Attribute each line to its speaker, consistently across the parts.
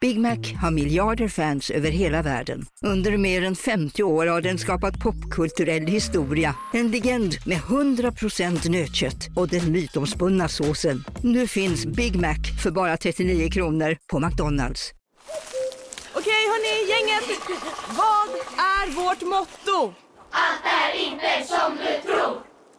Speaker 1: Big Mac har miljarder fans över hela världen. Under mer än 50 år har den skapat popkulturell historia. En legend med 100% nötkött och den mytomspunna såsen. Nu finns Big Mac för bara 39 kronor på McDonalds.
Speaker 2: Okej, hörni, gänget. Vad är vårt motto?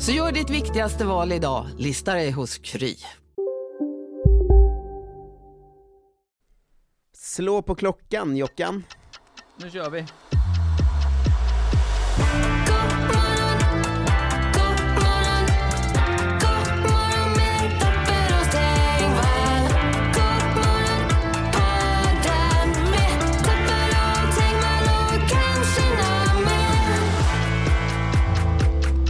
Speaker 3: Så gör ditt viktigaste val idag, listar dig hos Kry.
Speaker 4: Slå på klockan Jockan.
Speaker 3: Nu kör vi.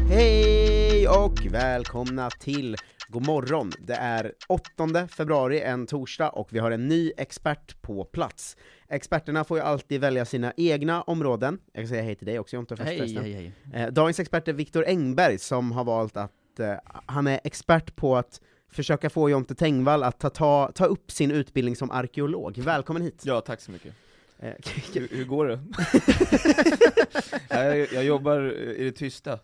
Speaker 4: Hej och välkomna till God morgon. Det är 8 februari, en torsdag, och vi har en ny expert på plats. Experterna får ju alltid välja sina egna områden. Jag kan säga hej till dig också Jonte först förresten.
Speaker 3: hej.
Speaker 4: Eh, Dagens expert är Viktor Engberg som har valt att, eh, han är expert på att försöka få Jonte Tengvall att ta, ta, ta upp sin utbildning som arkeolog. Välkommen hit!
Speaker 5: Ja, tack så mycket.
Speaker 4: Eh,
Speaker 5: Hur, hur går det? jag, jag jobbar i det tysta. Eh,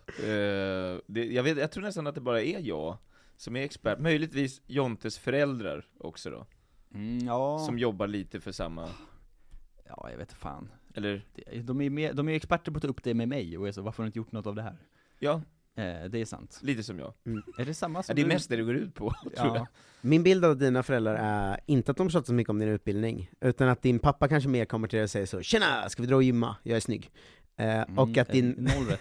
Speaker 5: det, jag, vet, jag tror nästan att det bara är jag som är expert, möjligtvis Jontes föräldrar också då,
Speaker 6: Mm, ja.
Speaker 5: som jobbar lite för samma,
Speaker 6: ja, jag vet fan.
Speaker 5: eller
Speaker 6: Det- De är, mer, de är ju experter på att ta upp det med mig och är så, varför har du inte gjort något av det här?
Speaker 5: ja,
Speaker 6: Eh, det är sant.
Speaker 5: lite som jag.
Speaker 6: Är det samma
Speaker 5: Ja,
Speaker 6: som
Speaker 5: det är
Speaker 6: du-
Speaker 5: mest det det går ut på, tror jag.
Speaker 6: Ja.
Speaker 4: Min bild av dina föräldrar är inte att de pratar så mycket om din utbildning, utan att din pappa kanske mer kommer till dig och säger så 'Tjena, ska vi dra och gymma? Jag är snygg' eh, och, att
Speaker 6: Mm,
Speaker 4: din,
Speaker 6: eh, Noll rätt.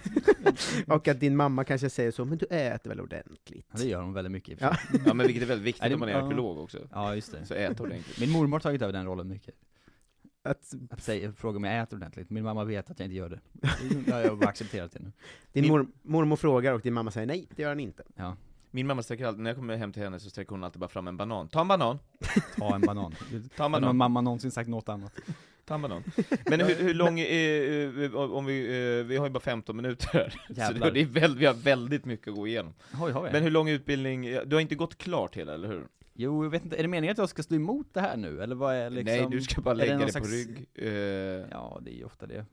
Speaker 4: och att din mamma kanske säger så 'Men du äter väl ordentligt?'
Speaker 6: Ja, det gör de väldigt mycket i och för
Speaker 4: Ja.
Speaker 6: sig.
Speaker 5: Ja men vilket är väldigt
Speaker 6: Ja,
Speaker 5: viktigt
Speaker 6: det-
Speaker 5: om man är
Speaker 6: ja.
Speaker 5: arkeolog också,
Speaker 6: ja, just det.
Speaker 5: så ät ordentligt.
Speaker 6: Min mormor har tagit över den rollen mycket.
Speaker 4: Att
Speaker 6: Att säga, fråga om jag äter ordentligt. Min mamma vet att jag inte gör det. Det har jag bara accepterat det nu.
Speaker 4: din
Speaker 5: Min-
Speaker 4: mor, mormor frågar och din mamma säger 'Nej, det gör han inte'
Speaker 6: Ja,
Speaker 5: Min mamma sträcker alltid, när jag kommer hem till henne så sträcker hon alltid bara fram en banan. Ta en banan,
Speaker 6: ta en banan.
Speaker 5: ta en
Speaker 6: Har någon
Speaker 5: banan,
Speaker 6: mamma någonsin sagt något annat?
Speaker 5: ta en banan. Men hur, hur lång är, eh, om vi, eh, vi har ju bara 15 minuter här. Så det,
Speaker 6: Jävlar.
Speaker 5: det är väl, vi har väldigt mycket att gå igenom.
Speaker 6: Oj, har jag?
Speaker 5: Men hur lång utbildning, du har inte gått klart hela, eller hur?
Speaker 6: Jo, jag vet inte. Är det meningen att jag ska stå emot det här nu? Eller vad är liksom...
Speaker 5: Nej, du ska bara
Speaker 6: är det
Speaker 5: lägga
Speaker 6: någon
Speaker 5: dig på
Speaker 6: slags-
Speaker 5: rygg. Eh,
Speaker 6: Ja, det är ju ofta det.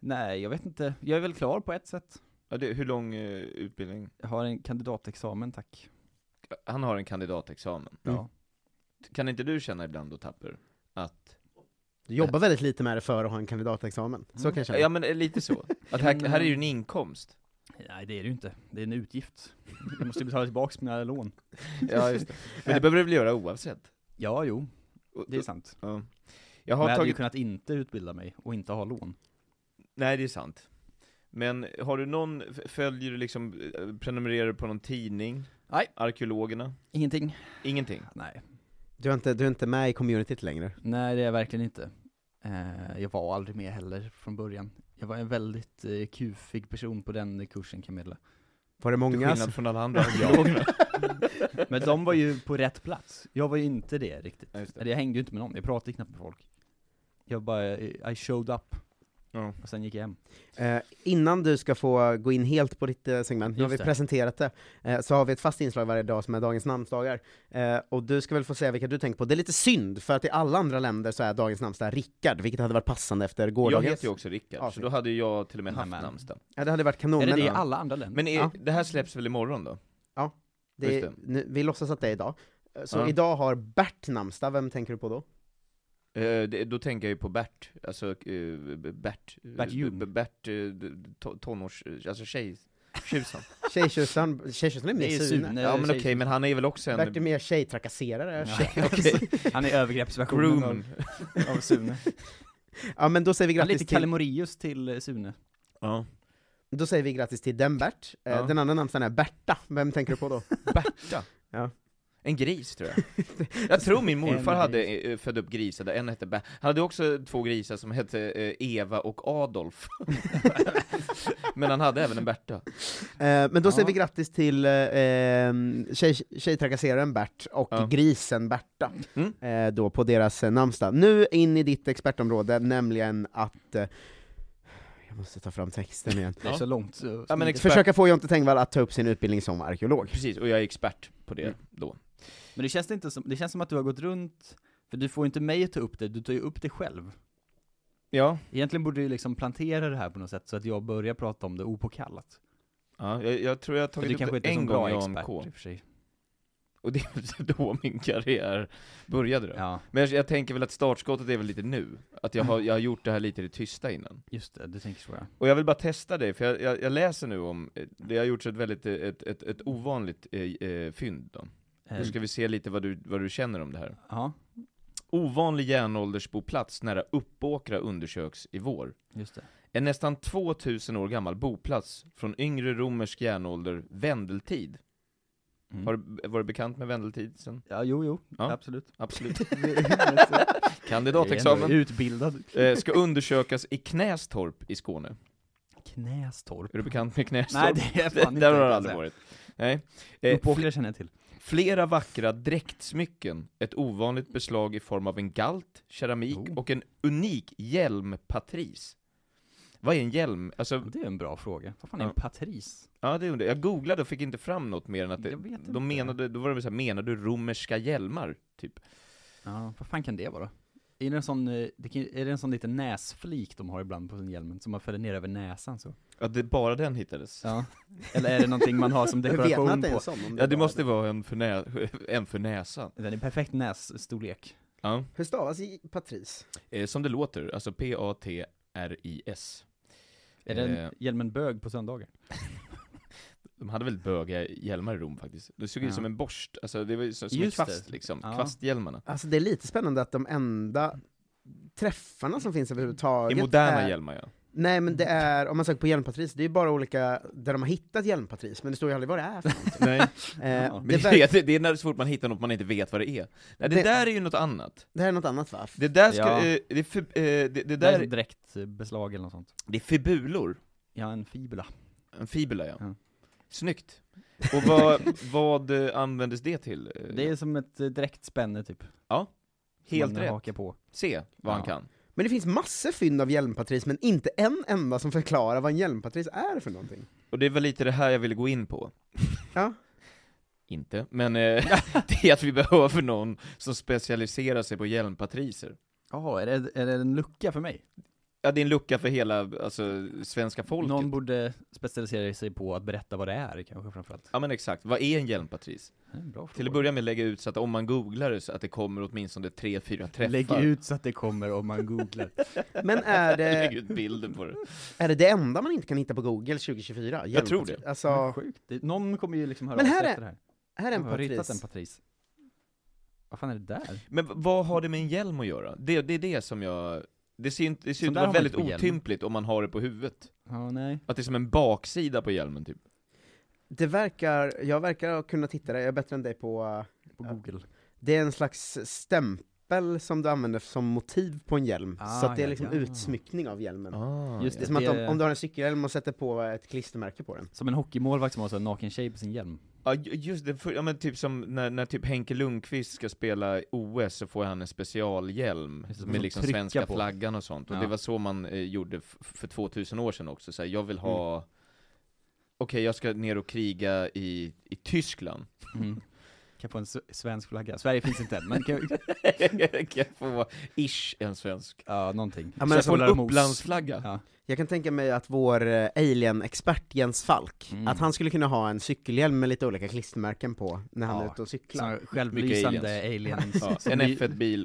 Speaker 6: Nej, jag vet inte. Jag är väl klar på ett sätt.
Speaker 5: ja, det, hur lång eh, utbildning?
Speaker 6: Jag har en kandidatexamen, tack.
Speaker 5: Han har en kandidatexamen.
Speaker 6: Ja.
Speaker 5: Kan inte du känna ibland då, Tapper? Att,
Speaker 4: Du jobbar väldigt lite med det för att ha en kandidatexamen, så
Speaker 6: Mm.
Speaker 4: kanske
Speaker 5: ja men eh, lite så. Att här, här är ju en inkomst.
Speaker 6: Nej, det är det ju inte. Det är en utgift. Jag måste ju betala tillbaka mina lån.
Speaker 5: Ja, just det. Men det behöver du väl göra oavsett?
Speaker 6: Ja, jo,
Speaker 5: Och-
Speaker 6: det är sant.
Speaker 5: ja. Jag
Speaker 6: Men jag
Speaker 5: har
Speaker 6: hade ju
Speaker 5: tagit,
Speaker 6: kunnat inte utbilda mig och inte ha lån.
Speaker 5: nej det är sant. Men har du någon, f- följer du liksom, eh, prenumererar du på någon tidning?
Speaker 6: Nej.
Speaker 5: Arkeologerna?
Speaker 6: Ingenting?
Speaker 5: Ingenting?
Speaker 6: Nej.
Speaker 4: Du är, inte, du är inte med i communityt längre.
Speaker 6: Nej, det är jag verkligen inte. Eh, jag var aldrig med heller från början. Jag var en väldigt eh, kufig person på den kursen kan jag meddela.
Speaker 4: Var det
Speaker 5: Till
Speaker 4: många som...
Speaker 5: skillnad från alla andra arkeologerna?
Speaker 6: Men de var ju på rätt plats. Jag var ju inte det riktigt.
Speaker 5: Ja, just det.
Speaker 6: Eller jag hängde ju inte med någon, jag pratade knappt med folk. Jag bara, eh, I showed up.
Speaker 5: Ja.
Speaker 6: Och sen gick jag hem.
Speaker 4: Eh, innan du ska få gå in helt på ditt eh, segment, nu har vi
Speaker 6: Just det.
Speaker 4: presenterat det, eh, så har vi ett fast inslag varje dag som är dagens namnsdagar. Eh, och du ska väl få säga vilka du tänker på. Det är lite synd, för att i alla andra länder så är dagens namnsdag Rickard, vilket hade varit passande efter
Speaker 5: Jag
Speaker 4: gårdagens.
Speaker 5: heter ju också Rickard, så
Speaker 4: avsnitt.
Speaker 5: då hade ju jag till och med haft
Speaker 6: Nämen.
Speaker 5: namnsdag.
Speaker 4: Ja, det hade varit kanon,
Speaker 6: Är det
Speaker 4: men
Speaker 6: det i
Speaker 4: ja,
Speaker 6: alla andra länder?
Speaker 5: Men är,
Speaker 4: Ja.
Speaker 5: det här släpps väl imorgon då?
Speaker 4: det,
Speaker 5: just
Speaker 4: nu, vi låtsas att det är idag. Eh, Så
Speaker 5: Ja.
Speaker 4: idag har Bert namnsdag, vem tänker du på då?
Speaker 5: Eh, det, då tänker jag ju på Bert, alltså eh, Bert,
Speaker 6: Bert Ljung.
Speaker 5: B- Bert eh, d- to- tonårs, eh, alltså tjej, tjusan.
Speaker 4: Tjejtjusaren, tjejtjusaren är
Speaker 6: Det är
Speaker 4: mer
Speaker 6: ju
Speaker 4: Sune.
Speaker 6: Sune.
Speaker 5: ja men
Speaker 6: tjej-
Speaker 5: okej, men han är väl också en...
Speaker 4: Bert är mer tjejtrakasserare.
Speaker 6: Ja.
Speaker 4: Tjej,
Speaker 6: Han är övergreppsversionen av,
Speaker 5: Groom.
Speaker 6: av Sune.
Speaker 4: Ja men då säger vi
Speaker 6: Han är
Speaker 4: grattis
Speaker 6: lite
Speaker 4: till...
Speaker 6: Kalle Moraeus till eh, Sune.
Speaker 5: Ja.
Speaker 4: Då säger vi grattis till den Bert. Eh,
Speaker 5: Ja.
Speaker 4: Den andra namnsdagen är Berta, vem tänker du på då?
Speaker 5: Berta.
Speaker 4: Ja.
Speaker 5: En gris tror jag. Jag tror min morfar
Speaker 6: En
Speaker 5: hade
Speaker 6: gris.
Speaker 5: eh, fött upp grisar, där en hette Bä. Han hade också två grisar som hette eh, Eva och Adolf. Men han hade även en Berta.
Speaker 4: Eh, men då säger
Speaker 6: Ja.
Speaker 4: vi grattis till eh, eh, tjej, tjejtrakasseraren Bert och
Speaker 5: Ja.
Speaker 4: grisen Berta,
Speaker 5: Mm.
Speaker 4: eh, då på deras eh, namnsdag. Nu in i ditt expertområde, nämligen att... Eh, jag måste ta fram texten igen.
Speaker 6: Det är
Speaker 5: Ja.
Speaker 6: så långt. Så
Speaker 5: Ja, men
Speaker 6: smidigt.
Speaker 5: expert,
Speaker 4: Försöka få Jonte Tengvall att ta upp sin utbildning som arkeolog.
Speaker 5: precis, och jag är expert på det då.
Speaker 6: Men det känns det inte som, det känns som att du har gått runt, för du får ju inte mig att ta upp det, du tar ju upp det själv.
Speaker 5: Ja,
Speaker 6: Egentligen borde du liksom plantera det här på något sätt så att jag börjar prata om det opåkallat.
Speaker 5: ja jag, jag tror jag har
Speaker 6: För
Speaker 5: tagit
Speaker 6: du
Speaker 5: upp
Speaker 6: kanske
Speaker 5: det
Speaker 6: inte är
Speaker 5: en
Speaker 6: så bra
Speaker 5: gång i
Speaker 6: expert typ.
Speaker 5: AMK.
Speaker 6: i och för sig.
Speaker 5: Och det var då min karriär började då.
Speaker 6: Ja,
Speaker 5: Men jag, jag tänker väl att startskottet är väl lite nu. Att jag har,
Speaker 6: Mm.
Speaker 5: jag har gjort det här lite i det tysta innan.
Speaker 6: just det, du tänker så ja.
Speaker 5: Och jag vill bara testa dig, för jag, jag, jag läser nu om, eh, det har gjorts ett väldigt, eh, ett, ett, ett ovanligt eh, eh, fynd då.
Speaker 6: Eh,
Speaker 5: Nu ska vi se lite vad du, vad du känner om det här.
Speaker 6: Ja,
Speaker 5: Ovanlig järnåldersboplats nära Uppåkra undersöks i vår.
Speaker 6: just det.
Speaker 5: En nästan 2000 år gammal boplats från yngre romersk järnålder, vändeltid.
Speaker 6: Mm.
Speaker 5: Har du varit bekant med vändeltid sen?
Speaker 6: Ja, jo, jo,
Speaker 5: Ja.
Speaker 6: absolut.
Speaker 5: Absolut.
Speaker 6: Kandidatexamen.
Speaker 5: Kandidatexamen.
Speaker 6: Utbildad.
Speaker 5: Eh, ska undersökas i Knästorp i Skåne.
Speaker 6: Knästorp.
Speaker 5: Är du bekant med Knästorp?
Speaker 6: Nej, det är fan inte.
Speaker 5: Där har du aldrig varit. Nej. Eh,
Speaker 6: Uppåkra känner jag till.
Speaker 5: Flera vackra dräktsmycken, ett ovanligt beslag i form av en galt, keramik
Speaker 6: Oh.
Speaker 5: och en unik hjälmpatris. Vad är en hjälm? Alltså,
Speaker 6: Det är en bra fråga. Vad fan är en
Speaker 5: Ja.
Speaker 6: patris?
Speaker 5: ja det undrar jag. Jag googlade och fick inte fram något mer än att det,
Speaker 6: Jag vet inte.
Speaker 5: de menade, då var det väl såhär, menar du romerska hjälmar? Typ.
Speaker 6: Ja, vad fan kan det vara? Är det en sån, eh, det kan, är det en sån liten näsflik de har ibland på sin hjälmen, som man fäller ner över näsan så?
Speaker 5: Ja, det, bara den hittades. Ja,
Speaker 6: Ja. Eller är det någonting man har som
Speaker 4: Jag vet inte
Speaker 6: dekoration
Speaker 4: att det är
Speaker 6: på?
Speaker 4: en sån. om
Speaker 5: det
Speaker 4: var
Speaker 5: måste vara en för, nä, en för näsan.
Speaker 6: Den är perfekt nässtorlek.
Speaker 5: Ja.
Speaker 4: Hur stavas i- Patrice?
Speaker 5: Eh, som det låter, alltså P-A-T-R-I-S.
Speaker 6: Är den
Speaker 5: Eh.
Speaker 6: hjälmen bög på söndagar?
Speaker 5: De hade väl böga hjälmar i Rom faktiskt. Det såg ut
Speaker 6: Ja.
Speaker 5: som en borst, alltså det var ju så- som en
Speaker 6: Just det.
Speaker 5: kvast liksom,
Speaker 6: Ja.
Speaker 5: kvasthjälmarna.
Speaker 4: Alltså det är lite spännande att de enda träffarna som finns
Speaker 5: I
Speaker 4: överhuvudtaget
Speaker 5: moderna
Speaker 4: är...
Speaker 5: hjälmar ja.
Speaker 4: Nej men det är, om man söker på hjälmpatris, det är ju bara olika, där de har hittat hjälmpatris, men det står ju aldrig vad det är för någonting.
Speaker 5: Nej,
Speaker 4: Eh,
Speaker 6: Ja.
Speaker 4: det,
Speaker 5: men det,
Speaker 4: verk-
Speaker 5: är- det är när så fort man hittar något man inte vet vad det är. Nej, det,
Speaker 4: Det-
Speaker 5: där är ju något annat.
Speaker 4: det här är något annat va?
Speaker 5: Det där ska,
Speaker 6: Ja.
Speaker 5: eh, det, är fib- eh, det, det
Speaker 6: Det är
Speaker 5: där,
Speaker 6: ett direkt eh, beslag eller något sånt.
Speaker 5: det är fibulor.
Speaker 6: Ja, en fibula.
Speaker 5: En fibula ja.
Speaker 6: Ja.
Speaker 5: Snyggt. Och vad, vad eh, användes det till? Eh,
Speaker 6: Det är som ett eh, direkt spänne typ. som
Speaker 5: Helt
Speaker 6: man
Speaker 5: rätt.
Speaker 6: Hakar på.
Speaker 5: Se vad han
Speaker 6: Ja.
Speaker 5: kan.
Speaker 4: Men det finns massor fynd av hjälmpatris, men inte en enda som förklarar vad en hjälmpatris är för någonting.
Speaker 5: Och det var lite det här jag ville gå in på.
Speaker 4: Ja.
Speaker 5: Inte, men eh, det är att vi behöver någon som specialiserar sig på hjälmpatriser.
Speaker 6: Jaha, är det, är det en lucka för mig?
Speaker 5: Ja, det är en lucka för hela, alltså, svenska folket.
Speaker 6: Någon borde specialisera sig på att berätta vad det är kanske framförallt.
Speaker 5: Ja men exakt, vad är en hjälmpatris?
Speaker 6: Det är en Bra fråga.
Speaker 5: Till att börja med lägga ut så att om man googlar det så att det kommer åtminstone tre fyra träffar.
Speaker 6: Lägg ut så att det kommer om man googlar.
Speaker 4: Men är
Speaker 5: Lägg
Speaker 4: det,
Speaker 5: ut bilden på det.
Speaker 4: är det det enda man inte kan hitta på Google 2024?
Speaker 5: Jag tror Mm.
Speaker 4: Hjälmpatris. Alltså,
Speaker 6: Sjukt. Det, någon kommer ju liksom höra
Speaker 4: Men
Speaker 6: av sig
Speaker 4: här är-
Speaker 6: efter det här.
Speaker 4: här är en
Speaker 6: Jag har ritat en
Speaker 4: patris.
Speaker 6: patris. Vad fan är det där?
Speaker 5: Men v- vad har det med en hjälm att göra? Det, det är det som jag... Det ser ju inte, det ser
Speaker 6: Sån
Speaker 5: ut
Speaker 6: där
Speaker 5: att vara
Speaker 6: har man
Speaker 5: väldigt
Speaker 6: inte på hjälm.
Speaker 5: otympligt om man har det på huvudet.
Speaker 6: Ja, nej.
Speaker 5: Att det är som en baksida på hjälmen typ.
Speaker 4: Det verkar, jag verkar ha kunnat hitta det, jag är bättre än dig på, uh,
Speaker 6: På
Speaker 4: Ja.
Speaker 6: Google.
Speaker 4: det är en slags stämpel som du använder som motiv på en hjälm,
Speaker 6: Ah,
Speaker 4: så att det är
Speaker 6: ja,
Speaker 4: liksom
Speaker 6: ja.
Speaker 4: utsmyckning av hjälmen.
Speaker 5: Ah,
Speaker 6: Just
Speaker 4: Det är
Speaker 5: ja.
Speaker 4: som att om,
Speaker 6: Det-
Speaker 4: om du har en cykelhjälm och sätter på ett klistermärke på den.
Speaker 6: Som en hockeymålvakt som har så en naken tjej på sin hjälm.
Speaker 5: Ja, ju- just det. För, ja, men typ som när, när typ Henke Lundqvist ska spela OS så får han en specialhjälm
Speaker 6: Just det, som
Speaker 5: med liksom
Speaker 6: trycka
Speaker 5: svenska
Speaker 6: på.
Speaker 5: flaggan och sånt. Och
Speaker 6: Ja.
Speaker 5: det var så man eh, gjorde f- för 2000 år sedan också. Så här, jag vill ha...
Speaker 6: Mm.
Speaker 5: Okej, jag ska ner och kriga i, i Tyskland.
Speaker 6: Mm. Kan få en s- svensk flagga. Sverige finns inte än, men kan
Speaker 5: jag kan få vara ish en svensk.
Speaker 6: Ja, någonting.
Speaker 4: Ja,
Speaker 5: Men
Speaker 4: men
Speaker 5: jag
Speaker 4: som,
Speaker 5: får en
Speaker 6: Käppar och mos.
Speaker 5: Upplandsflagga.
Speaker 6: Ja.
Speaker 4: jag kan tänka mig att vår eh, alien-expert Jens Falk,
Speaker 6: Mm.
Speaker 4: att han skulle kunna ha en cykelhjälm med lite olika klistermärken på när han
Speaker 6: Ja,
Speaker 4: är ute och cyklar.
Speaker 6: Såna självlysande aliens.
Speaker 5: Ja,
Speaker 6: som
Speaker 5: en
Speaker 6: vi-
Speaker 5: F1-bil.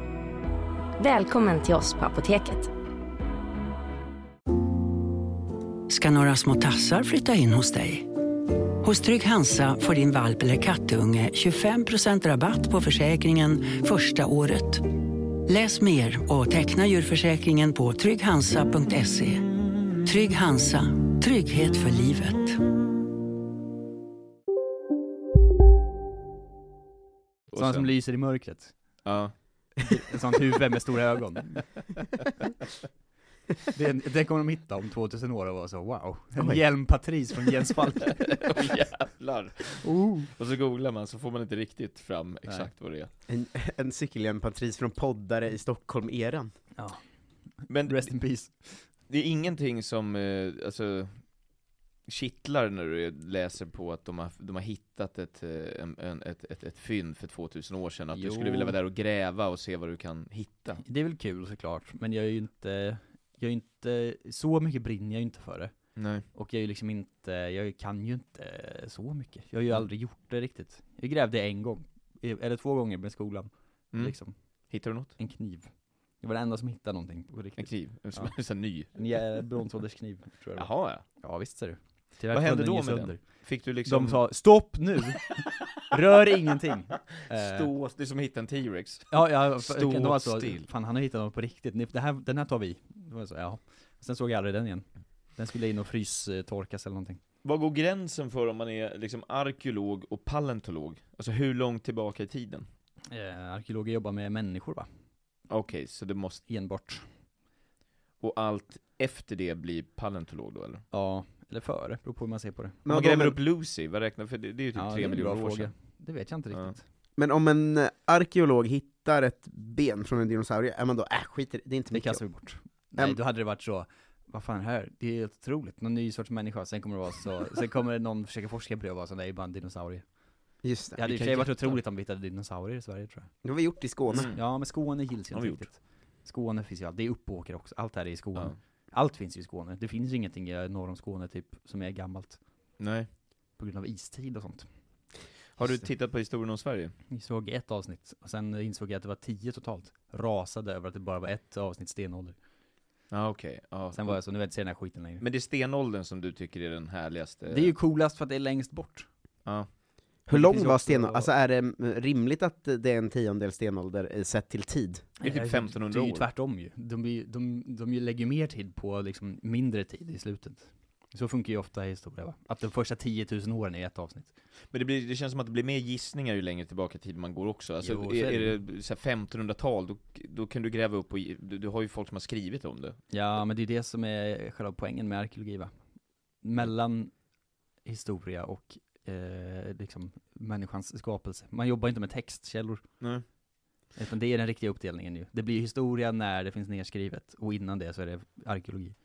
Speaker 7: Välkommen till oss på Apoteket.
Speaker 8: ska några små tassar flytta in hos dig. Hos Trygg Hansa får din valp eller kattunge 25% rabatt på försäkringen första året. Läs mer och teckna djurförsäkringen på trygghansa.se. Trygg Hansa, trygghet för livet.
Speaker 5: Och
Speaker 6: Sådana som
Speaker 5: sen-
Speaker 6: lyser i mörkret.
Speaker 5: Ja.
Speaker 6: Ett sånt huvud med stora ögon. Den, den kommer de hitta om 2000 år och vara så wow. En
Speaker 4: Oj.
Speaker 6: hjälmpatris från Jens Falk.
Speaker 5: Åh, jävlar. Och så googlar man så får man inte riktigt fram exakt vad det är.
Speaker 4: En, en cykelhjälmpatris från poddare i Stockholm-eran.
Speaker 5: Men
Speaker 6: Rest in peace.
Speaker 5: det är ingenting som eh, alltså, kittlar när du läser på att de har, de har hittat ett, eh, en, en, ett, ett, ett fynd för 2000 år sedan, att du
Speaker 6: Jo.
Speaker 5: skulle vilja vara där och gräva och se vad du kan hitta.
Speaker 6: Det är väl kul såklart, men jag är ju inte, jag är inte, så mycket brinner jag ju inte för det.
Speaker 5: Nej.
Speaker 6: Och jag är ju liksom inte, jag kan ju inte så mycket. Jag har ju aldrig gjort det riktigt. Jag grävde en gång, E- eller två gånger med skolan,
Speaker 5: Mm.
Speaker 6: liksom.
Speaker 5: Hittar du något?
Speaker 6: En kniv. Det var den enda som hittade någonting på
Speaker 5: En
Speaker 6: riktigt.
Speaker 5: kniv? En sån en sån ny?
Speaker 6: En jä- bronsålderskniv, tror jag det var.
Speaker 5: Jaha ja.
Speaker 6: Ja visst ser du. Tyvärr
Speaker 5: Vad hände
Speaker 6: föll
Speaker 5: då
Speaker 6: ju
Speaker 5: med den? Fick du liksom...
Speaker 6: De sa 'Stopp nu! Rör ingenting!' Eh,
Speaker 5: Stå, det är som att hitta en T-Rex.
Speaker 6: Ja, ja, för-
Speaker 5: Stå
Speaker 6: de var så,
Speaker 5: still.
Speaker 6: fan han har hittat något på riktigt, Ni- det här, den här tar vi. Det var så, ja. Sen såg jag aldrig den igen. Den skulle in och frystorkas eller någonting.
Speaker 5: Vad går gränsen för om man är liksom arkeolog och paleontolog? Alltså hur långt tillbaka i tiden?
Speaker 6: Eh, arkeologer jobbar med människor va?
Speaker 5: Okej, så det måste...
Speaker 6: Enbart.
Speaker 5: Och allt efter det blir paleontolog då eller?
Speaker 6: Ja, eller före, beror på hur man ser på det.
Speaker 5: Men
Speaker 4: Men
Speaker 5: man
Speaker 4: vadå,
Speaker 5: gräver
Speaker 4: men-
Speaker 5: upp Lucy, vad räknar för det, det är ju typ
Speaker 6: Ja, det är
Speaker 5: tre
Speaker 6: en
Speaker 5: miljoner
Speaker 6: bra
Speaker 5: år
Speaker 6: fråga.
Speaker 5: sedan.
Speaker 6: Det vet jag inte
Speaker 5: Ja.
Speaker 6: riktigt.
Speaker 4: Men om en eh, arkeolog hittar ett ben från en dinosaurie, är man då äh, skit i det, det är inte
Speaker 6: Det
Speaker 4: mycket.
Speaker 6: kastar vi bort. Nej,
Speaker 4: Äm-
Speaker 6: då hade det varit så, vad fan här, det är helt otroligt, någon ny sorts människa, sen kommer det vara så, sen kommer någon försöka forska på det och vara så, nej, det är bara en dinosaurie.
Speaker 4: Just det,
Speaker 6: Det hade i och
Speaker 5: kan
Speaker 6: för sig
Speaker 5: ju
Speaker 6: varit
Speaker 5: jätta.
Speaker 6: otroligt om vi hittade dinosaurier i Sverige tror jag.
Speaker 4: det har vi gjort i Skåne.
Speaker 5: Mm.
Speaker 6: Ja, men Skåne gills ju
Speaker 5: Har
Speaker 6: inte
Speaker 5: vi gjort.
Speaker 6: riktigt. Skåne finns ju allt, det är Uppåker också, allt här är i Skåne.
Speaker 5: Ja.
Speaker 6: Allt finns ju i Skåne, det finns ju ingenting eh, norr om Skåne typ, som är gammalt,
Speaker 5: Nej.
Speaker 6: på grund av istid och sånt.
Speaker 5: Har du
Speaker 6: Just det.
Speaker 5: tittat på historien om Sverige?
Speaker 6: Jag såg ett avsnitt, och sen insåg jag att det var tio totalt. Rasade över att det bara var ett avsnitt stenålder.
Speaker 5: Ja okej, ja.
Speaker 6: Sen var jag så, nu vill jag inte se den här skiten längre.
Speaker 5: Men det är stenåldern som du tycker är den härligaste?
Speaker 6: Det är ju coolast för att det är längst bort.
Speaker 5: Ja.
Speaker 4: Hur
Speaker 6: Det
Speaker 4: lång
Speaker 6: finns
Speaker 4: var
Speaker 6: också-
Speaker 4: stenåldern? Alltså är det mm, rimligt att det är en tiondel stenålder eh, sett till tid?
Speaker 5: Det är typ
Speaker 6: Eh,
Speaker 5: 1500
Speaker 6: Det är ju
Speaker 5: år.
Speaker 6: tvärtom ju. De, blir- de, de ju lägger ju mer tid på liksom mindre tid i slutet. Så funkar ju ofta i historia va? Att de första 10 000 åren är ett avsnitt.
Speaker 5: Men det, blir, det känns som att det blir mer gissningar ju längre tillbaka i tiden man går också. Alltså,
Speaker 6: Jo, så
Speaker 5: är,
Speaker 6: är det.
Speaker 5: är det så här 1500-tal, då, då kan du gräva upp och ge- du, du har ju folk som har skrivit om det.
Speaker 6: Ja, men det är det som är själva poängen med arkeologi va? Mellan historia och eh, liksom människans skapelse. Man jobbar ju inte med textkällor,
Speaker 5: Nej.
Speaker 6: utan det är den riktiga uppdelningen ju. Det blir ju historia när det finns nedskrivet, och innan det så är det arkeologi.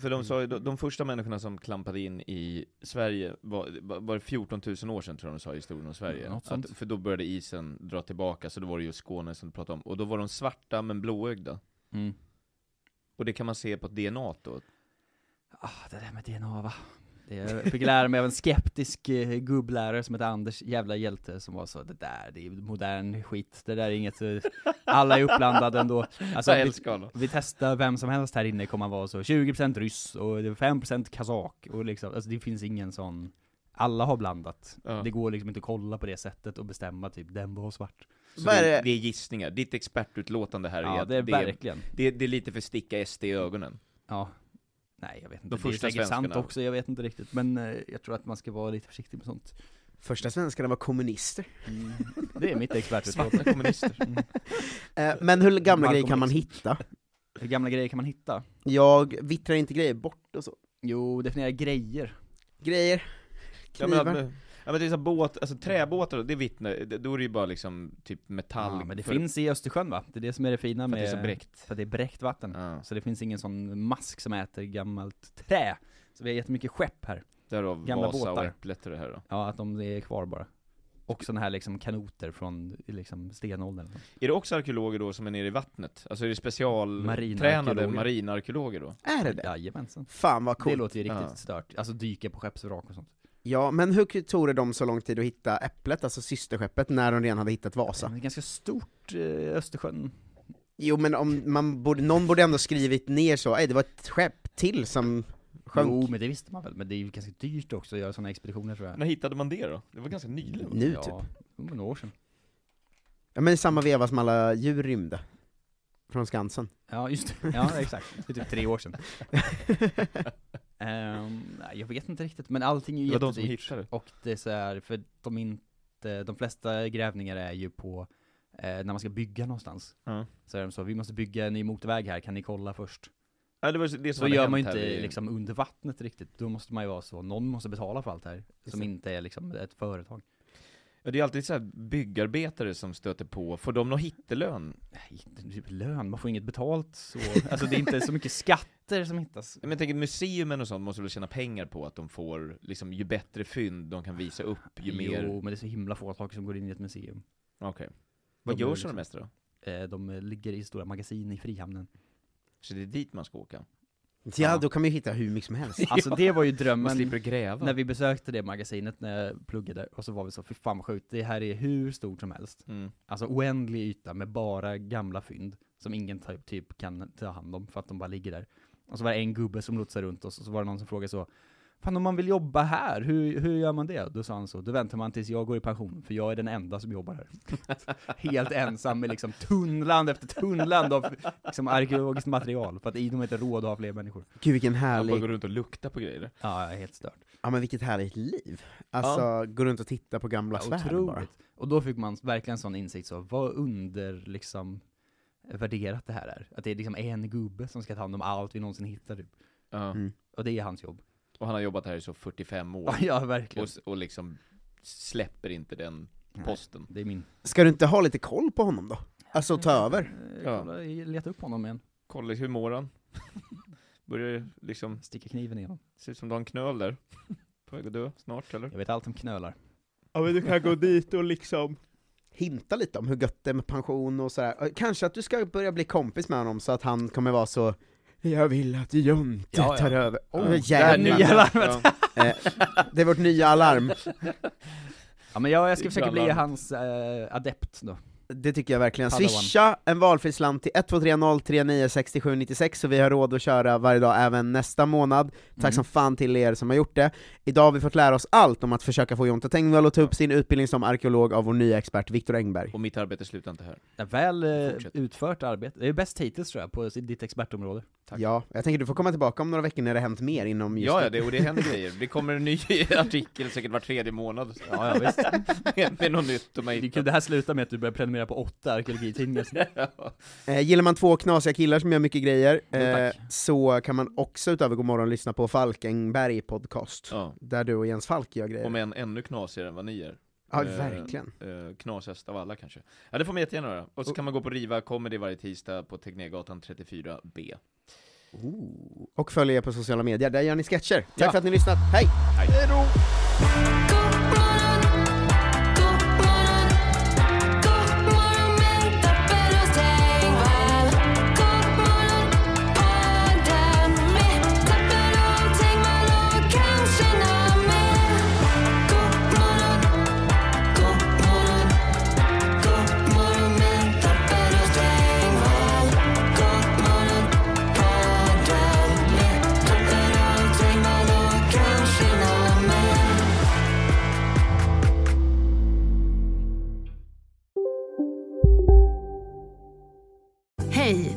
Speaker 5: För
Speaker 6: Mm.
Speaker 5: de sa ju, de, de första människorna som klampade in i Sverige var, var- var det 14 000 år sedan tror jag de sa i historien om Sverige.
Speaker 6: Ja, något sånt.
Speaker 5: att, för då började isen dra tillbaka, så då var det just Skåne som du pratade om. Och då var de svarta men blåögda.
Speaker 6: Mm.
Speaker 5: Och det kan man se på DNA då?
Speaker 6: Ah, det där med DNA va? Det jag fick lära mig av en skeptisk eh, gubblärare som hette Anders, jävla hjälte, som var så det där, det är modern skit, det där är inget, eh, alla är uppblandade ändå. Alltså,
Speaker 5: jag
Speaker 6: vi,
Speaker 5: älskar honom.
Speaker 6: vi testar vem som helst här inne kommer man vara så, 20% ryss och det är 5% kazak, och liksom, alltså det finns ingen sån, alla har blandat.
Speaker 5: Ja.
Speaker 6: Det går liksom inte att kolla på det sättet och bestämma typ, den var svart.
Speaker 5: Så
Speaker 4: Vad är
Speaker 5: det,
Speaker 4: det-
Speaker 5: det är gissningar. Ditt expertutlåtande här
Speaker 6: Ja,
Speaker 5: är, att
Speaker 6: det är
Speaker 5: det, är,
Speaker 6: verkligen.
Speaker 5: det, är, det är lite för sticka SD i ögonen.
Speaker 6: Ja. Nej jag vet inte,
Speaker 5: första
Speaker 6: det är säkert sant
Speaker 5: svenskarna.
Speaker 6: också, jag vet inte riktigt, men eh, jag tror att man ska vara lite försiktig med sånt.
Speaker 4: Första svenskarna var kommunister.
Speaker 6: Det är mitt
Speaker 5: Svarta
Speaker 6: expertutlåtande.
Speaker 5: kommunister.
Speaker 4: Eh, men hur gamla
Speaker 6: Malcolm
Speaker 4: grejer kan man
Speaker 6: X.
Speaker 4: hitta?
Speaker 6: Hur gamla grejer kan man hitta?
Speaker 4: Jag vittrar inte grejer bort och så.
Speaker 6: Jo, definiera grejer.
Speaker 4: Grejer,
Speaker 5: Ja men,
Speaker 4: knivar.
Speaker 5: att- ja men det är så här båt, alltså träbåtar, det vittnar, det- då är det ju bara liksom typ metall.
Speaker 6: ja, men det
Speaker 5: för,
Speaker 6: finns i Östersjön va? Det är det som är det fina
Speaker 5: för att
Speaker 6: med... Mm.
Speaker 5: det är så bräckt.
Speaker 6: För att det är bräckt vatten.
Speaker 5: Ja,
Speaker 6: Så det finns ingen sån mask som äter gammalt trä. Så vi har jättemycket skepp här.
Speaker 5: därav
Speaker 6: Gamla
Speaker 5: Vasa och
Speaker 6: båtar.
Speaker 5: Äpplet och det här då.
Speaker 6: Ja, att de är kvar bara. Och såna här liksom kanoter från liksom stenåldern.
Speaker 5: Är det också arkeologer då som är nere i vattnet? Alltså är det specialtränade
Speaker 6: Marinarkeologer.
Speaker 5: marinarkeologer då?
Speaker 4: Är det det?
Speaker 6: Jajamensan.
Speaker 4: Fan vad
Speaker 6: Det
Speaker 4: coolt.
Speaker 6: låter ju riktigt
Speaker 5: Ja.
Speaker 6: stört. Alltså dyka på skeppsvrak och sånt.
Speaker 4: Ja, men hur tog det dem så lång tid att hitta Äpplet, alltså systerskeppet, när de redan hade hittat
Speaker 6: Det
Speaker 4: Vasa?
Speaker 6: är ganska stort, eh, Östersjön.
Speaker 4: Jo men om man borde, någon borde ändå skrivit ner så, "Ej, det var ett skepp till som sjönk.
Speaker 6: Jo, men det visste man väl, men det är ju ganska dyrt också att göra sådana expeditioner tror jag.
Speaker 5: När hittade man det då? Det var ganska nyligen.
Speaker 4: Nu
Speaker 6: ja,
Speaker 4: typ.
Speaker 6: det var några år sedan.
Speaker 4: Ja men i samma veva som alla djur rymde. Från Skansen.
Speaker 6: Ja, just det. Ja, exakt. Det är typ tre år sedan. Ehm, nej, jag vet inte riktigt, men allting är ju
Speaker 5: Det var de som
Speaker 6: jättedyrt.
Speaker 5: hittade.
Speaker 6: Och det är så här, för de, inte, de flesta grävningar är ju på eh, när man ska bygga någonstans.
Speaker 5: Ja.
Speaker 6: Så är de så, vi måste bygga en ny motorväg här, kan ni kolla först?
Speaker 5: Ja, det var det som
Speaker 6: Så
Speaker 5: hade
Speaker 6: gör
Speaker 5: hänt
Speaker 6: man ju
Speaker 5: här
Speaker 6: inte
Speaker 5: vid-
Speaker 6: liksom under vattnet riktigt, då måste man ju vara så, någon måste betala för allt det här,
Speaker 4: Just
Speaker 6: som
Speaker 4: det.
Speaker 6: inte är liksom ett företag.
Speaker 5: Ja, det är alltid så här byggarbetare som stöter på, får de någon hittelön?
Speaker 6: Nej, inte typ lön, man får inget betalt så, alltså det är inte så mycket skatter som hittas.
Speaker 5: Men jag tänker museumen och sånt måste väl tjäna pengar på att de får, liksom ju bättre fynd de kan visa upp, ju mer...
Speaker 6: Jo, men det är så himla få saker som går in i ett museum.
Speaker 5: Okej. Vad
Speaker 6: De är
Speaker 5: görs av
Speaker 6: liksom-
Speaker 5: det mesta då?
Speaker 6: Eh, de eh, ligger i stora magasin i Frihamnen.
Speaker 5: Så det är dit man ska åka?
Speaker 4: Ja,
Speaker 6: Ja.
Speaker 4: då kan man ju hitta hur mycket som helst.
Speaker 6: Alltså det var ju
Speaker 5: Man
Speaker 6: drömmen.
Speaker 5: slipper gräva?
Speaker 6: När vi besökte det magasinet när jag pluggade, och så var vi så, för fan vad sjukt, det här är hur stort som helst.
Speaker 5: Mm.
Speaker 6: Alltså oändlig yta med bara gamla fynd, som ingen typ, typ kan ta hand om för att de bara ligger där. Och så var det en gubbe som lotsade runt oss, och så var det någon som frågade så, fan om man vill jobba här, hur, hur gör man det? Då sa han så, då väntar man tills jag går i pension, för jag är den enda som jobbar här. Helt ensam med liksom tunnland efter tunnland av liksom, arkeologiskt material, för att de har inte råd att ha fler människor.
Speaker 4: Gud vilken
Speaker 5: Man bara går
Speaker 4: härlig,
Speaker 5: runt och luktar på grejer.
Speaker 6: Ja, helt stört.
Speaker 4: ja men vilket härligt liv. Alltså, gå runt och titta på gamla
Speaker 6: Ja,
Speaker 4: svärd bara.
Speaker 6: Och då fick man verkligen sån insikt så, vad under liksom värderat det här är. Att det är liksom en gubbe som ska ta hand om allt vi någonsin hittar typ.
Speaker 5: Ja.
Speaker 4: Mm.
Speaker 6: Och det är hans jobb.
Speaker 5: Och han har jobbat här i så 45 år,
Speaker 6: Ja, ja verkligen.
Speaker 5: och, s- och liksom släpper inte den
Speaker 6: Nej,
Speaker 5: posten.
Speaker 6: Det är min.
Speaker 4: Ska du inte ha lite koll på honom då? Alltså ta över?
Speaker 6: Eh,
Speaker 5: Ja.
Speaker 6: Kolla, leta upp honom igen.
Speaker 5: Kolla, hur mår han? Börjar liksom,
Speaker 6: Sticka kniven i honom.
Speaker 5: se ut som du har en knöl där. På väg att dö snart eller?
Speaker 6: Jag vet allt om knölar.
Speaker 4: Ja men du kan gå dit och liksom Hinta lite om hur gött det är med pension och sådär, Eh, kanske att du ska börja bli kompis med honom så att han kommer vara så Jag vill att Jonte
Speaker 6: Ja, ja.
Speaker 4: tar över, åh
Speaker 5: Ja.
Speaker 4: jävlar!
Speaker 6: Det här nya
Speaker 5: larmet! Ja.
Speaker 4: Det är vårt nya alarm,
Speaker 6: Ja men jag, jag
Speaker 5: Det
Speaker 6: ska
Speaker 5: är
Speaker 6: försöka
Speaker 5: bra
Speaker 6: bli
Speaker 5: larm.
Speaker 6: hans eh, adept då.
Speaker 4: det tycker jag verkligen.
Speaker 6: Padawan.
Speaker 4: Swisha en valfri slant till 1230396796 så vi har råd att köra varje dag även nästa månad. Tack
Speaker 6: Mm.
Speaker 4: som fan till er som har gjort det. Idag har vi fått lära oss allt om att försöka få Jonte Tengvall att ta upp sin utbildning som arkeolog av vår nya expert Viktor Engberg.
Speaker 5: Och mitt arbete slutar inte här.
Speaker 6: Ja, väl eh,
Speaker 5: Fortsätt.
Speaker 6: utfört arbete. Det är bäst hittills tror jag, på ditt expertområde.
Speaker 5: Tack.
Speaker 4: Ja, jag tänker du får komma tillbaka om några veckor när det har hänt mer inom just
Speaker 5: Ja, ja, det, och det händer grejer. Det kommer en ny artikel säkert var tredje månad.
Speaker 6: Ja, ja visst.
Speaker 5: med, med något nytt de har
Speaker 6: Det, kan-
Speaker 5: hittat.
Speaker 6: det här slutar med att du börjar prenumerera på åtta arkeologitidningar.
Speaker 5: Ja.
Speaker 4: Eh, gillar man två knasiga killar som gör mycket grejer,
Speaker 6: Jo,
Speaker 4: eh,
Speaker 6: tack.
Speaker 4: så kan man också utöver Godmorgon lyssna på Falkenberg podcast,
Speaker 5: Ja.
Speaker 4: där du och Jens Falk gör grejer.
Speaker 5: Om än ännu knasigare än vad ni är.
Speaker 4: ja,
Speaker 5: eh,
Speaker 4: verkligen.
Speaker 5: Eh, knasigast av alla kanske. Ja, det får man jättegärna göra. Och så kan man gå på Riva Comedy varje tisdag på Tegnérgatan 34B.
Speaker 4: Och följ er på sociala medier, där gör ni sketcher. Tack
Speaker 5: Ja.
Speaker 4: för att ni har lyssnat, hej!
Speaker 9: Hej,